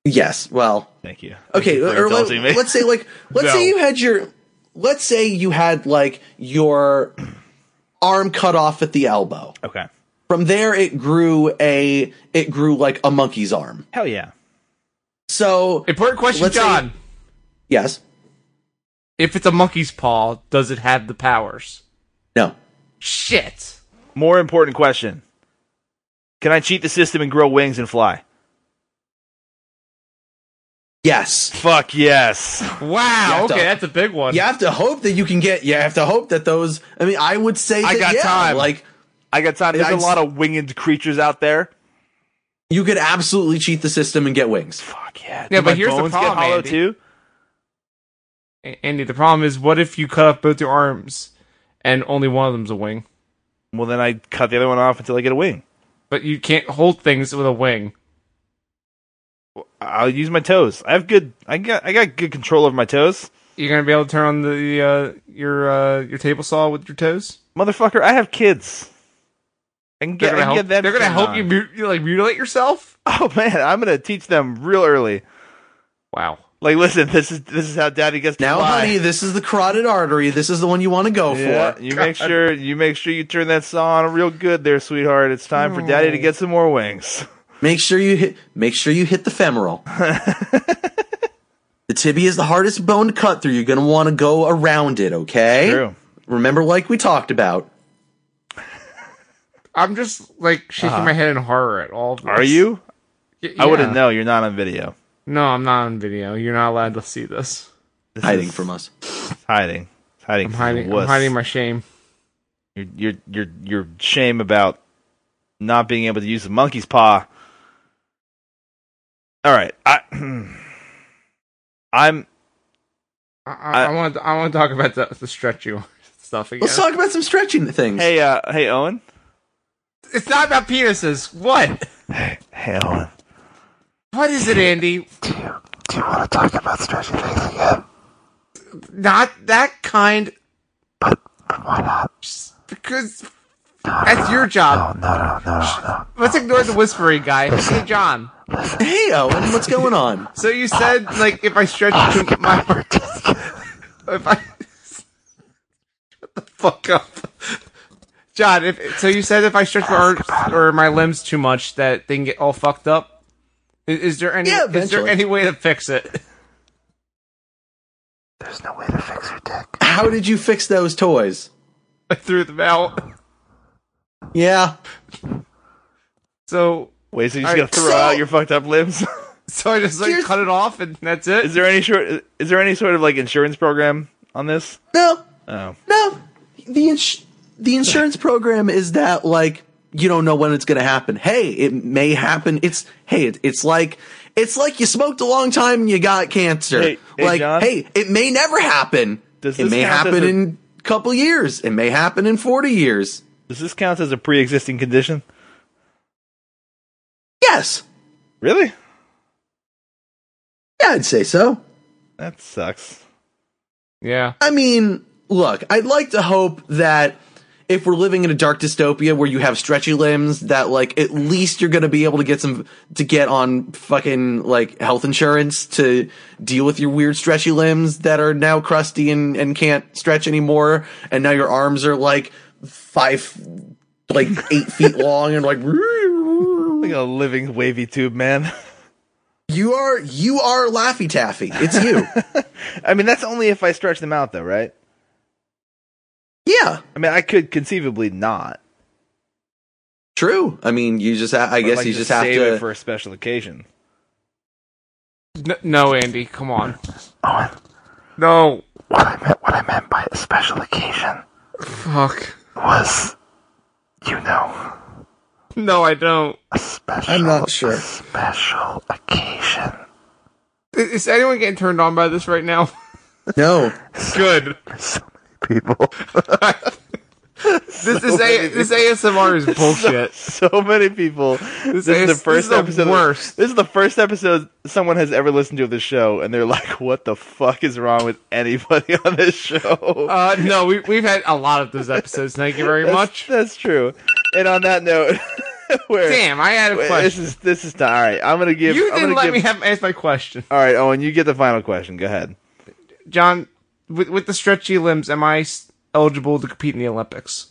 yes, well, Thank you. Thank okay you for or let, indulging me. us say like let's No. say you had your let's say you had like your arm cut off at the elbow okay. from there it grew a it grew like a monkey's arm Hell yeah. so Important question, Let's say- John. yes if it's a monkey's paw, does it have the powers? no Shit. More important question: Can I cheat the system and grow wings and fly? yes Fuck yes. Wow. have to- Okay, that's a big one. you have to hope that you can get you have to hope that those i mean i would say I that, got yeah, time. like I got time. There's a I'd- lot of winged creatures out there. you could absolutely cheat the system and get wings Fuck yeah. Yeah, Do but my here's the bones problem, get hollow Andy. too? A- Andy, the problem is, what if you cut off both your arms and only one of them's a wing? Well, then I cut the other one off until I get a wing. But you can't hold things with a wing. I'll use my toes. I have good. I got. I got good control over my toes, You're gonna be able to turn on the uh, your uh, your table saw with your toes. motherfucker. I have kids. I can They're get. I can gonna help. get them. uh, they're gonna turned help on. you, mut- you like mutilate yourself. Oh man, I'm gonna teach them real early. Wow. Like, listen, this is this is how daddy gets to now fly. honey this is the carotid artery this is the one you want to go Yeah, for you make sure you make sure you turn that saw on real good, there, sweetheart. It's time for daddy to get some more wings. Make sure you hit. Make sure you hit the femoral. the tibia is the hardest bone to cut through. You're gonna want to go around it. Okay. True. Remember, like we talked about. I'm just like shaking my head in horror at all. Of this. Are you? Y- I wouldn't yeah. know. You're not on video. No, I'm not on video. You're not allowed to see this. This Hiding is from us. hiding. Hiding. I'm from hiding. wuss. I'm hiding my shame. your your your your shame about not being able to use the monkey's paw. All right, I I'm I, I, I- I want. I want to talk about the, the stretchy stuff again. Let's talk about some stretching things. hey uh hey Owen. It's not about penises. What? Hey, Owen, What is it, Andy? do you, do you want to talk about stretchy things again? Not that kind. But, but why not? Because that's your job. No, no, no, no, Let's ignore the whispering guy. Hey, John. Hey, Owen, what's going on? So you said like if I stretch to my no. Just if I shut the fuck up, John. If so, you said if I stretch my arms or my limbs too much, that they can get all fucked up. I- Is, there any? Yeah, is there eventually. any way to fix it? There's no way to fix your dick. How did you fix those toys? I threw them out. Yeah. So Wait, so you're All just right, gonna throw so- out your fucked up limbs? so I just like Here's- cut it off, and that's it. is there any short? Is there any sort of like insurance program on this? No, Oh, no. The ins- the insurance program is that like you don't know when it's going to happen. Hey, it may happen. It's hey, it, it's like it's like you smoked a long time and you got cancer. Hey- hey, like John? hey, it may never happen. Does it this may count as happen a- in a couple years. It may happen in 40 years. does this count as a pre-existing condition? Yes. Really? Yeah, I'd say so. That sucks. Yeah. I mean, look, I'd like to hope that if we're living in a dark dystopia where you have stretchy limbs, that like at least you're going to be able to get some to get on fucking like health insurance to deal with your weird stretchy limbs that are now crusty and and can't stretch anymore, and now your arms are like five, like eight feet long and like. Like a living wavy tube, man. You are you are Laffy Taffy. It's you. I mean, that's only if I stretch them out, though, right? yeah. I mean, I could conceivably not. True. I mean, you just ha- I but, guess like, you just have save to it for a special occasion. N- no, Andy, come on. Owen, No. what I meant, what I meant by a special occasion Fuck. was, you know, No, I don't. a special. I'm not sure. Special occasion. I- Is anyone getting turned on by this right now? No. Good. So many people. This is a this ASMR is bullshit. so many people. This, is, the is- first this is the episode. worst. This is the first episode someone has ever listened to of the show, and they're like, "What the fuck is wrong with anybody on this show?" Uh, no, we, we've had a lot of those episodes. Thank you very much. That's true. And on that note, where Damn, I had a where- this question. is this is not, all right. I'm gonna give. You I'm didn't gonna let give, me have ask my question, All right, Owen, you get the final question. Go ahead. John. With, with the stretchy limbs, am I s- eligible to compete in the Olympics?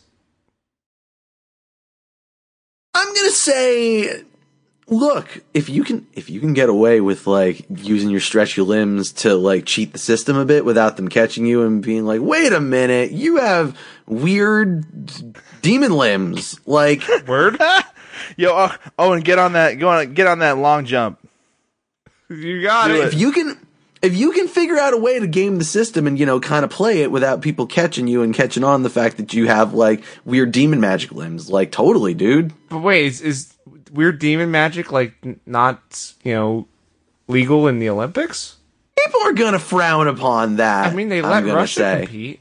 I'm gonna say, look, if you can, if you can get away with like using your stretchy limbs to like cheat the system a bit without them catching you and being like, wait a minute, you have weird demon limbs. Like, Word. Yo, uh, Owen, get on that. Go on. Get on that long jump. you got Do it. if you can, if you can figure out a way to game the system and you know kind of play it without people catching you and catching on the fact that you have like weird demon magic limbs, like totally, dude. But wait, is, is weird demon magic like n- not you know legal in the Olympics? People are gonna frown upon that. I mean, they I'm let gonna Russia say. compete.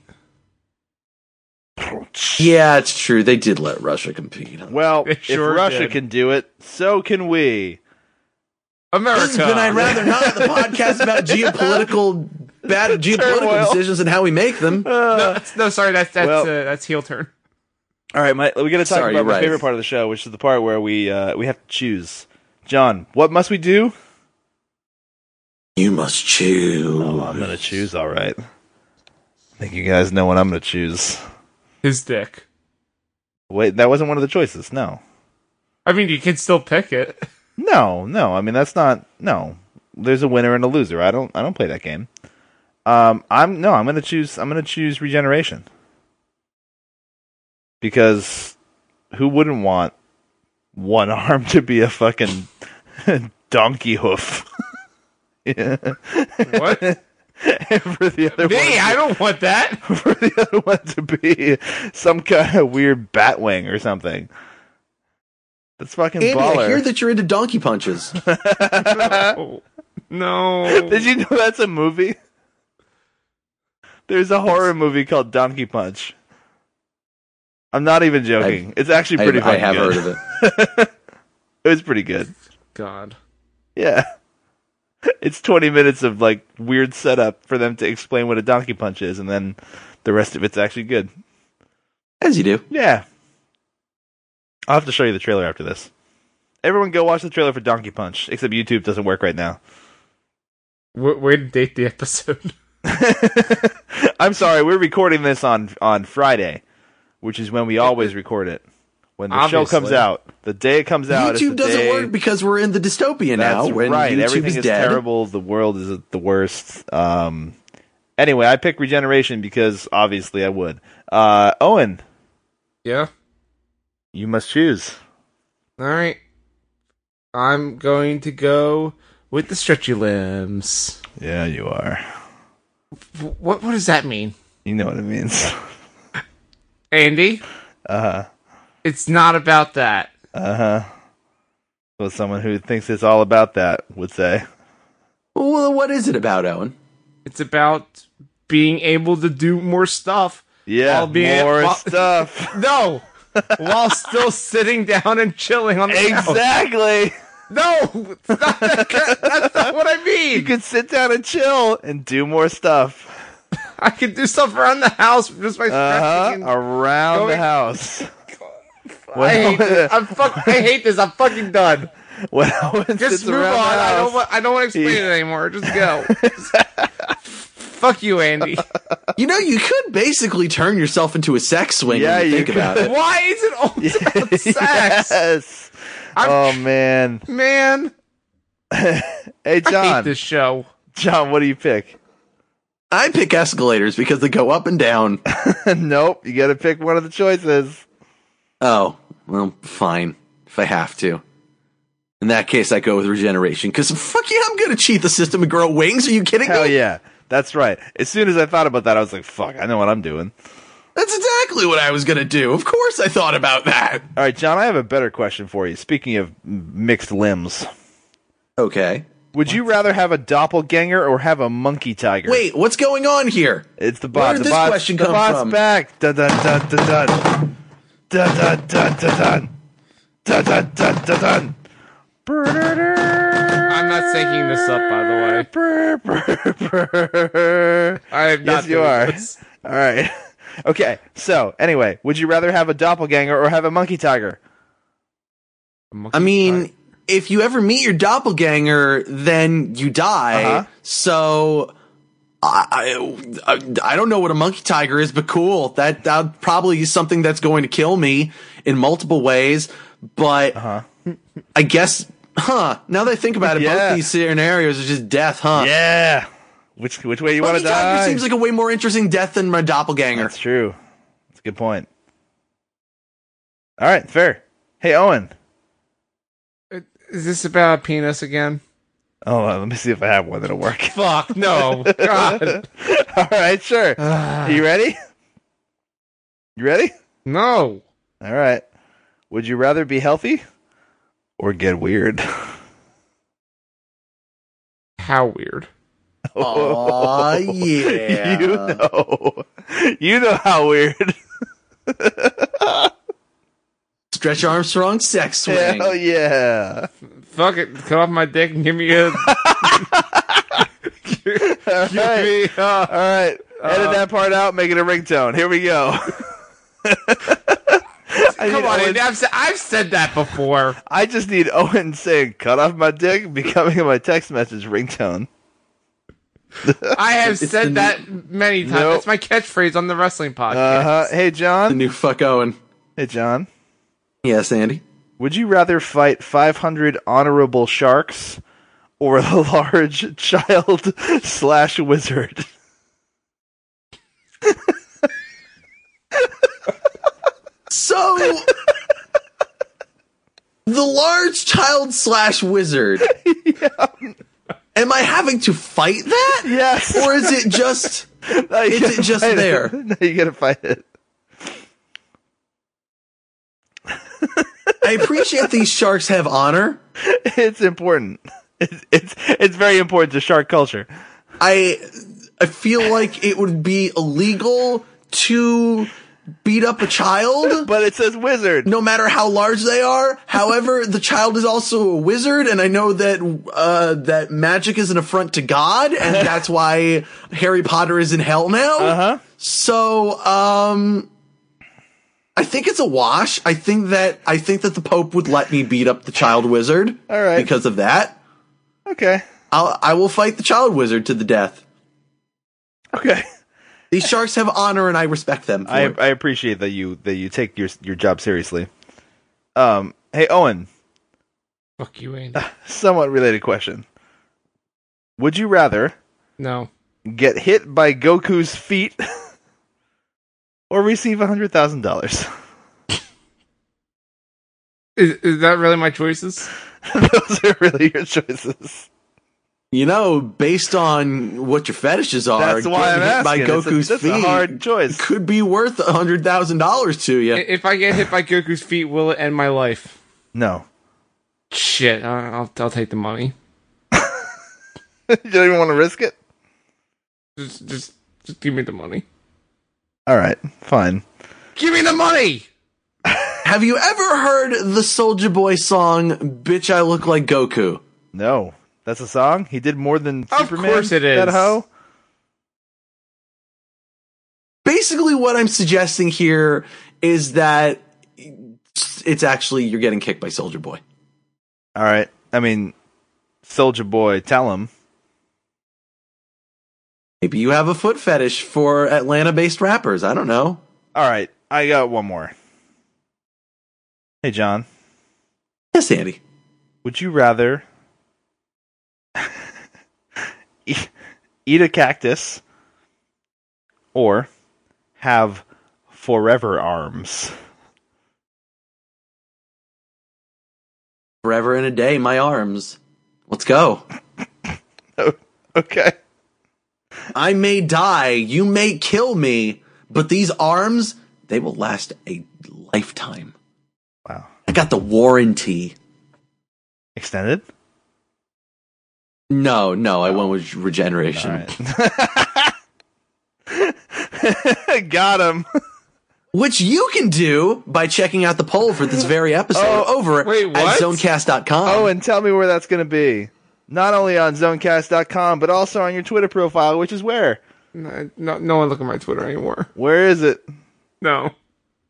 Yeah, it's true. They did let Russia compete. Well, It sure if Russia did. can do it, so can we. America. This has been I'd rather not the podcast about geopolitical bad geopolitical Turmoil. decisions and how we make them. no, that's, no, sorry, that's that's Well- uh, that's heel turn. All right, my, we got to talk Sorry, about you're my right. favorite part of the show, which is the part where we uh, we have to choose. John, what must we do? You must choose. Oh, I'm gonna choose. All right. I think you guys know what I'm gonna choose. His dick. Wait, that wasn't one of the choices. No, I mean, you can still pick it. no, no. I mean, that's not. No, there's a winner and a loser. I don't. I don't play that game. Um, I'm no. I'm gonna choose. I'm gonna choose regeneration because who wouldn't want one arm to be a fucking donkey hoof? yeah. What? Me? And for the other one, I don't want that. for the other one to be some kind of weird batwing or something. That's fucking Andy, baller. I hear that you're into donkey punches. No. Oh, no. Did you know that's a movie? There's a horror movie called Donkey Punch. I'm not even joking. it's actually I, pretty I fucking have good. heard of it. It was pretty good. God. Yeah. It's 20 minutes of like weird setup for them to explain what a donkey punch is, and then the rest of it's actually good. As you do. Yeah. I'll have to show you the trailer after this. Everyone go watch the trailer for Donkey Punch, except YouTube doesn't work right now. W- way to date the episode. I'm sorry, we're recording this on on Friday, which is when we always record it. When the show comes Obviously. out, the day it comes out, it's YouTube the doesn't day- work because we're in the dystopia That's now when right. YouTube Everything is, is, dead. terrible. The world is the worst. Um, anyway, I pick regeneration because obviously I would. Uh, Owen, yeah. you must choose. All right. I'm going to go with the stretchy limbs. Yeah, you are. W- What what does that mean? You know what it means. Andy? Uh huh. It's not about that. Uh huh. What someone who thinks it's all about that would say. Well, what is it about, Owen? It's about being able to do more stuff. Yeah, I'll be- more well- stuff. No. While still sitting down and chilling on the couch. exactly. No, it's not that ki- that's not what I You mean. could sit down and chill and do more stuff. I can do stuff around the house just by Uh stretching. huh. Around the Going- house. and- I hate this. I'm fuck. I hate this. I'm fucking done. When Owen Just sits move on. around the I don't. house- Want, I don't want to explain Yeah. it anymore. Just go. Just- fuck you, Andy. You know, you could basically turn yourself into a sex swing Yeah, when you you think could. about it. Why is it always about sex, Yes. I'm- oh man. man? Hey I hate John. this show. John, what do you pick? I pick escalators because they go up and down. nope. You got to pick one of the choices. Oh, well, fine. If I have to. In that case, I go with regeneration because fuck yeah, I'm going to cheat the system and grow wings. Are you kidding Hell me? yeah. That's right. As soon as I thought about that, I was like, "Fuck! I know what I'm doing." That's exactly what I was going to do. Of course, I thought about that. All right, John. I have a better question for you. Speaking of m- mixed limbs, Okay. would you rather have a doppelganger or have a monkey tiger? Wait, what's going on here? it's the bot. where did the this bot. question the come bot's from? back. Dun dun dun dun dun. Dun dun dun dun dun. Dun dun dun dun dun. Brrrr. I'm not syncing this up, by the way. Brr, brr, brr. I am not yes, you doing are. this. All right. Okay. So, anyway, would you rather have a doppelganger or have a monkey tiger? I mean, if you ever meet your doppelganger, then you die. Uh-huh. So I, I I don't know what a monkey tiger is, but cool. That that probably is something that's going to kill me in multiple ways. But Uh-huh. I guess, huh? Now that I think about it, Yeah. both these scenarios are just death, huh? Yeah. Which which way you want Monkey to tiger die? seems like a way more interesting death than my doppelganger. That's true. That's a good point. All right, fair. Hey, Owen. is this about a penis again? Oh, uh, let me see if I have one that'll work. Fuck no. God. All right, sure. Ah. you ready? You ready? No. All right. Would you rather be healthy or get weird? How weird. Aw, yeah. You know. You know how weird. Stretch Armstrong sex swing. Hell yeah. Fuck it. Cut off my dick and give me a. All give right. me, uh, All right. Edit that part out, make it a ringtone. Here we go. I, need come on, Owen, Andy. I've, said, I've said that before. I just need Owen saying, cut off my dick, becoming my text message ringtone. I have It's the said new- that many times. Nope. That's my catchphrase on the wrestling podcast. Uh-huh. Hey, The John. new fuck Owen. Hey, John. Yes, Andy. Would you rather fight 500 honorable sharks or a large child slash wizard? So the large child slash wizard. Am I having to fight that? Yes. Or is it just No, you Is gotta it just fight there? No, you gotta fight it. I appreciate these sharks have honor. It's important. It's, it's it's very important to shark culture. I I feel like it would be illegal to beat up a child. But it says wizard. no matter how large they are. However, the child is also a wizard, and I know that uh, that magic is an affront to God, and that's why Harry Potter is in hell now. Uh-huh. So, um, I think it's a wash. I think that I think that the Pope would let me beat up the child wizard. All right. because of that, Okay. I'll, I will fight the child wizard to the death. Okay. These sharks have honor, and I respect them. for I it. I appreciate that you that you take your your job seriously. Um. Hey, Owen. Fuck you, Andy. Ah. Somewhat related question. Would you rather No. get hit by Goku's feet or receive hundred thousand dollars? Is, is that really my choices? Those are really your choices. You know, based on what your fetishes are, That's why I'm getting hit asking. by It's a- Goku's that's a feet hard choice. could be worth a hundred thousand dollars to I- you. If I get hit by Goku's feet, will it end my life? No. Shit, I- I'll, I'll take the money. you don't even want to risk it. Just, just, just give me the money. All right. Fine. Give me the money! Have you ever heard the Soldier Boy song "Bitch I Look Like Goku"? No. That's a song. He did more than Of Superman. course it That is. hoe. Basically, what I'm suggesting here is that it's actually you're getting kicked by Soldier Boy. All right. I mean, Soldier Boy, tell him. Maybe you have a foot fetish for Atlanta-based rappers. I don't know. All right. I got one more. Hey, John. Yes, Andy. Would you rather e- eat a cactus or have forever arms? Forever in a day, my arms. Let's go. Okay. I may die, you may kill me, but these arms, they will last a lifetime. Wow. I got the warranty. Extended? No, no, I went with regeneration. All right. Got him. Which you can do by checking out the poll for this very episode Oh, over wait, at what? zonecast.com. Oh, and tell me where that's going to be. Not only on zonecast.com, but also on your Twitter profile, which is where? No, no, no one look at my Twitter anymore. Where is it? No.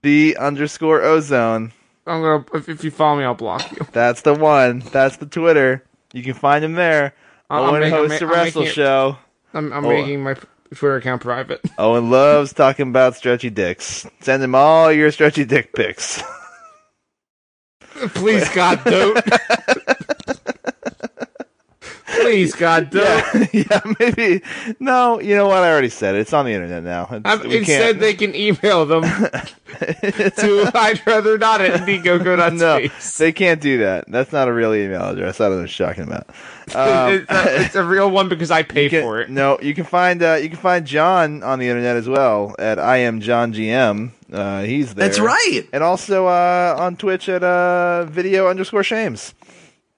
The underscore ozone. I'm gonna, if, if you follow me, I'll block you. That's the one. That's the Twitter. You can find him there. I'm Owen making- hosts a I'm making wrestle it- show. I'm, I'm Oh. making my Twitter account private. Owen loves talking about stretchy dicks. Send him all your stretchy dick pics. Please, God, don't. Please, God, don't. yeah, maybe. No, you know what? I already said it. It's on the internet now. It's, I've, we it can't- said they can email them to I'd rather not at no, indiegogo.space. they can't do that. That's not a real email address. I don't know what you're talking about. Um, it's, a, it's a real one because I pay you can- for it. No, you can find uh, you can find John on the internet as well at I am John GM. Uh, he's there. That's right. And also uh, on Twitch at uh, video underscore shames.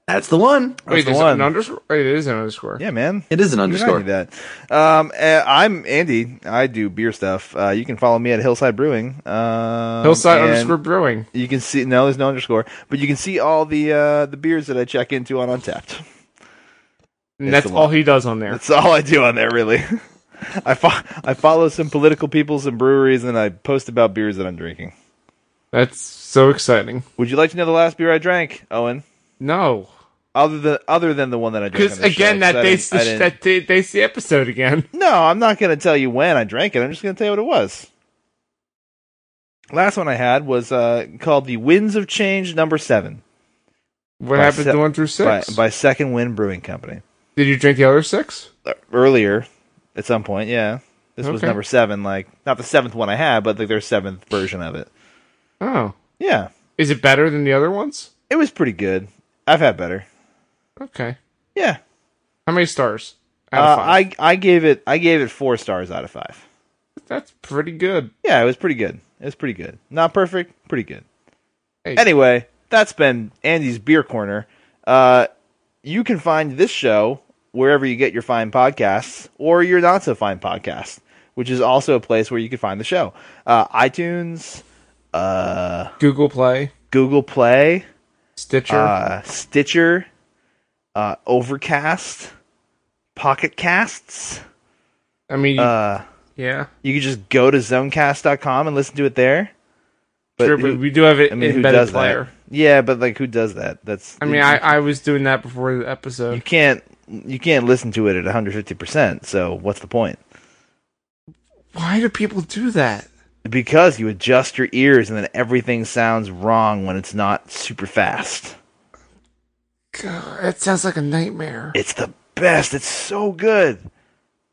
That's the one. That's Wait, the there's one. an underscore? Wait, it is an underscore. Yeah, man. It is an You underscore. gotta do that. Um, uh, I'm Andy. I do beer stuff. Uh, you can follow me at Hillside Brewing. Um, Hillside and underscore brewing. You can see no, there's no underscore, but you can see all the uh, the beers that I check into on Untapped. And that's the one. all he does on there. That's all I do on there, really. I fo- I follow some political peoples and breweries, and I post about beers that I'm drinking. That's so exciting. Would you like to know the last beer I drank, Owen? No. Other than other than the one that I drank. Because on the again, show, that 'cause I dates, didn't- I the, didn't- that da- dates the episode again. No, I'm not going to tell you when I drank it. I'm just going to tell you what it was. Last one I had was uh, called the Winds of Change Number Seven What By happened se- to one through by, six? by Second Wind Brewing Company. Did you drink the other six? Uh, Earlier, at some point, yeah, this was Okay. number seven. Like not the seventh one I had, but like their seventh version of it. Oh. Yeah, Is it better than the other ones? it was pretty good. I've had better. Okay. Yeah, How many stars? Out uh, of five. I I gave it I gave it four stars out of five. That's pretty good. Yeah, it was pretty good. It was pretty good. Not perfect, pretty good. Hey. Anyway, that's been Andy's Beer Corner. Uh, you can find this show wherever you get your fine podcasts or your not so fine podcasts. which is also a place where you can find the show. Uh, iTunes, uh, Google Play, Google Play, Stitcher, uh, Stitcher, uh, Overcast, Pocket Casts. I mean, Uh, yeah. you can just go to zonecast.com and listen to it there. But Sure, who- but we do have it I mean, who embedded does player. that? Yeah, but like, who does that? That's. I mean, I, I was doing that before the you episode. can't you can't listen to it at 150. percent So what's the point? Why do people do that? Because you adjust your ears and then everything sounds wrong when it's not super fast. God, it sounds like a nightmare. It's the best. It's so good.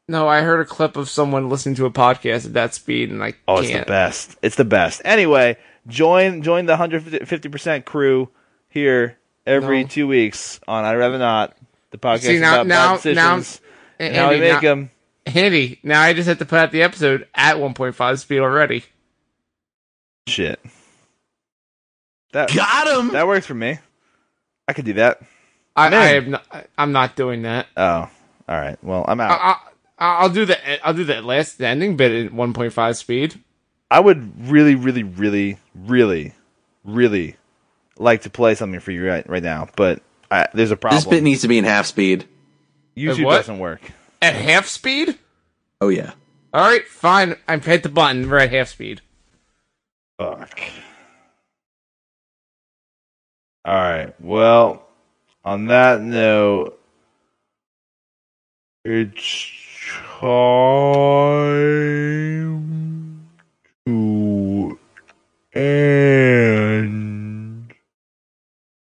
No, I heard a clip of someone listening to a podcast at that speed, and I Oh, can't. it's the best. It's the best. Anyway, join join the 150% crew here every No. 2 weeks on I would rather not the podcast See, now- about now- bad decisions A- and how we Andy, make now, them. Andy, now I just have to put out the episode at 1.5 speed already. Shit. That Got him. that works for me. I could do that. I, I Man. am not. I- I'm not doing that. Oh, all right. Well, I'm I, out. I, I'll do the. I'll do the last the ending bit at 1.5 speed. I would really, really, really, really, really like to play something for you right, right now, but I, there's a problem. This bit needs to be in half speed. YouTube What? doesn't work. At half speed. Oh yeah. All right, fine. I hit the button. We're at half speed. Fuck. All right. Well, on that note, it's time to end.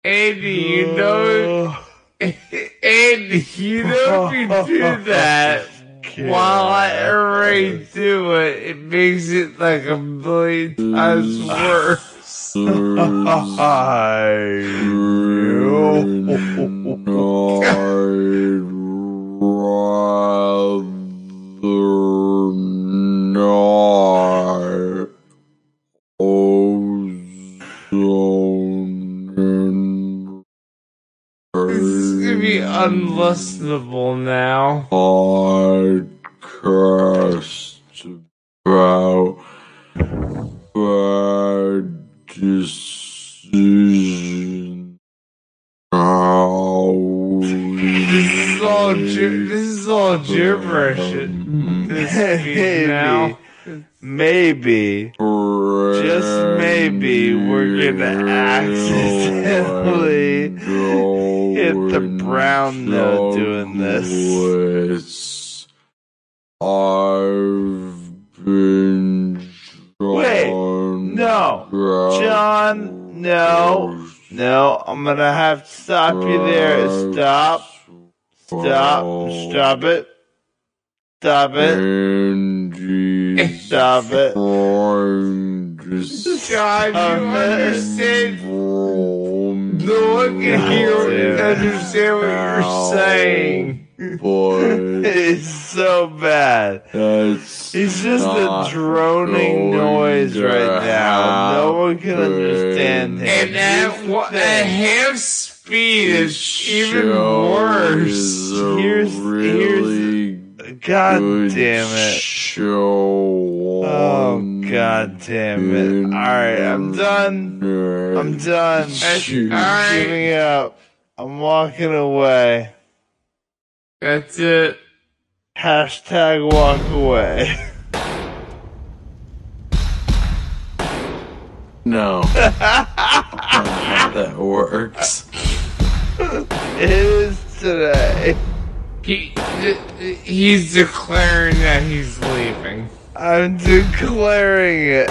Andy, you know. Andy, you know if you do that while I already do it, it makes it like a million times worse. This is gonna be unlistenable now. podcast about bad decisions. How This is all gi- this is all Mm-hmm. gibberish. at This speed now. Maybe, Mm-hmm. just maybe, we're gonna accidentally. hit the brown note doing this. I've been Wait, John no. Brown. John, no. No, I'm gonna have to stop you there. Stop. Stop. Stop it. Stop Mm. it. Andy. Stop it. Trying to God, you Um, understand? storm No one Oh, can hear dude. and understand what you're saying. Boy, It's so bad. that's It's just a not droning going noise to right now. No one can happen. understand And him. at, wa- at half speed is even show worse. is a Here's- here's- really God good damn it. Show. Oh, on god damn it. Alright, I'm done. internet. I'm done. Shoot. I'm Alright. giving up. I'm walking away. That's it. Hashtag walk away. No. That works. It is today. He, he's declaring that he's leaving. I'm declaring it.